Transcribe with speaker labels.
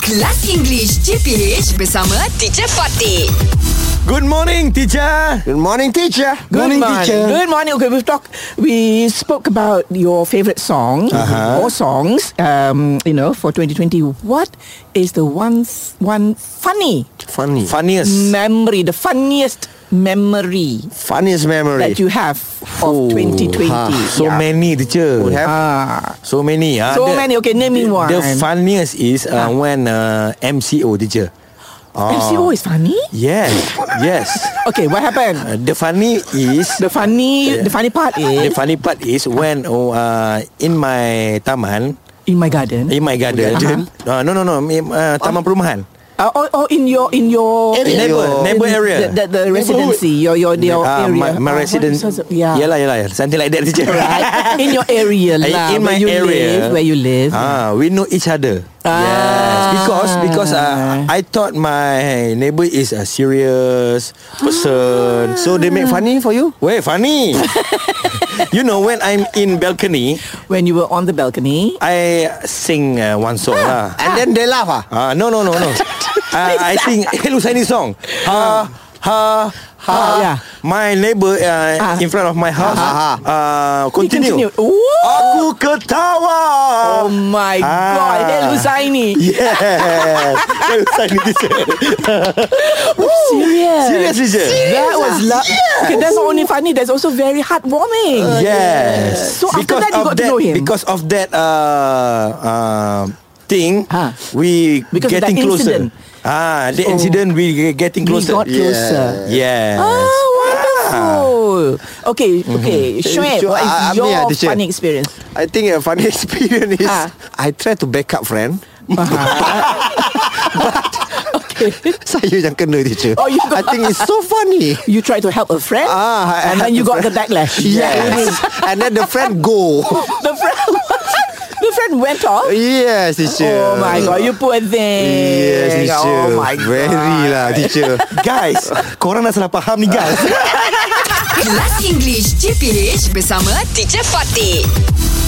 Speaker 1: Kelas English CPH bersama Teacher Fatih.
Speaker 2: Good morning, teacher.
Speaker 3: Good morning, teacher.
Speaker 4: Good morning. Good morning. Okay, we've talked. We spoke about your favorite song
Speaker 3: Uh-huh.
Speaker 4: or songs. Um, you know, for 2020, what is the one one funny
Speaker 3: Funny.
Speaker 2: Funniest.
Speaker 4: memory, the funniest memory
Speaker 3: Funniest memory.
Speaker 4: that you have
Speaker 3: Oh,
Speaker 4: of 2020?
Speaker 3: ha,
Speaker 2: So yeah. many, teacher.
Speaker 3: would have.
Speaker 4: Ah,
Speaker 2: So many. ah.
Speaker 4: so
Speaker 2: The-
Speaker 4: many. Okay, name me one.
Speaker 2: The
Speaker 4: Ah.
Speaker 2: funniest is uh, when uh, MCO, teacher. Ah.
Speaker 4: MCO is funny.
Speaker 2: Yes, yes.
Speaker 4: Okay, what happened?
Speaker 2: Uh, the funny is
Speaker 4: The funny, the funny part
Speaker 2: the
Speaker 4: is
Speaker 2: funny part is when oh, uh, in my taman,
Speaker 4: in my garden.
Speaker 2: in my garden.
Speaker 4: Garden.
Speaker 2: Uh, no, no, no. in, Uh, taman perumahan.
Speaker 4: Uh, or, or in your in your
Speaker 3: Area.
Speaker 2: Neighbor,
Speaker 3: your-
Speaker 2: neighbor area.
Speaker 4: the, the, the residency, your your, your
Speaker 2: Ah, my,
Speaker 4: area.
Speaker 2: my
Speaker 4: Ah,
Speaker 2: resident.
Speaker 4: what is it? yeah.
Speaker 2: Yalah, yalah, yalah. Something like that, teacher.
Speaker 4: Right. In your area lah.
Speaker 2: In
Speaker 4: where
Speaker 2: my
Speaker 4: you
Speaker 2: area.
Speaker 4: live, where you live.
Speaker 2: Ah, we know each other. Yes,
Speaker 4: Ah.
Speaker 2: because because uh, I thought my neighbor is a serious person, so they
Speaker 4: Ah.
Speaker 2: make funny for you. Wait, funny. you know, when I'm in balcony,
Speaker 4: When you were on the balcony.
Speaker 2: I sing uh, one song lah.
Speaker 3: And then they laugh ah.
Speaker 2: Ah, no no no no. uh, I sing Hello Sunny song. Ha ha ha.
Speaker 4: Ah, yeah.
Speaker 2: My neighbor uh,
Speaker 4: Ah. ha,
Speaker 2: in front of my house
Speaker 3: Ah.
Speaker 2: uh,
Speaker 4: You
Speaker 2: continue.
Speaker 4: Ooh,
Speaker 2: Aku ketawa.
Speaker 4: oh my
Speaker 2: Ah.
Speaker 4: God. Hello, Zaini.
Speaker 2: Yeah. Hello Sunny teacher.
Speaker 4: Serious.
Speaker 2: Serious teacher.
Speaker 4: That was love. Okay, that's not only funny. That's also very heartwarming.
Speaker 2: Yes.
Speaker 4: So after that, you
Speaker 2: Uh, of
Speaker 4: got to
Speaker 2: that,
Speaker 4: know him?
Speaker 2: Because of that uh, uh, thing,
Speaker 4: Ah.
Speaker 2: we
Speaker 4: Because of
Speaker 2: getting
Speaker 4: that
Speaker 2: closer.
Speaker 4: incident.
Speaker 2: Ah, the
Speaker 4: So
Speaker 2: incident we getting
Speaker 4: We
Speaker 2: closer.
Speaker 4: got closer.
Speaker 2: Yes. Ah. Mm-hmm.
Speaker 4: Ah, wonderful. Okay, okay. Shoaib,
Speaker 3: So,
Speaker 4: what is
Speaker 3: uh,
Speaker 4: your
Speaker 3: Amir, teacher.
Speaker 4: funny experience?
Speaker 3: I think a funny experience is
Speaker 4: Ah.
Speaker 3: I try to back up friend.
Speaker 4: Okay.
Speaker 3: Saya yang kena teacher.
Speaker 4: Oh, you
Speaker 3: I
Speaker 4: got-
Speaker 3: think it's so funny.
Speaker 4: You try to help a friend,
Speaker 3: Ah, I- I
Speaker 4: and then
Speaker 3: help
Speaker 4: you
Speaker 3: a
Speaker 4: got
Speaker 3: friend.
Speaker 4: the backlash.
Speaker 3: Yes. and then the friend go.
Speaker 4: the friend, the friend went off.
Speaker 3: yes, teacher.
Speaker 4: Oh my god, you poor thing.
Speaker 3: Yes, teacher.
Speaker 4: Oh my god.
Speaker 3: Very lah, teacher.
Speaker 2: Guys Korang dah salah faham ni guys
Speaker 1: Kelas English CPH bersama Teacher Fatih.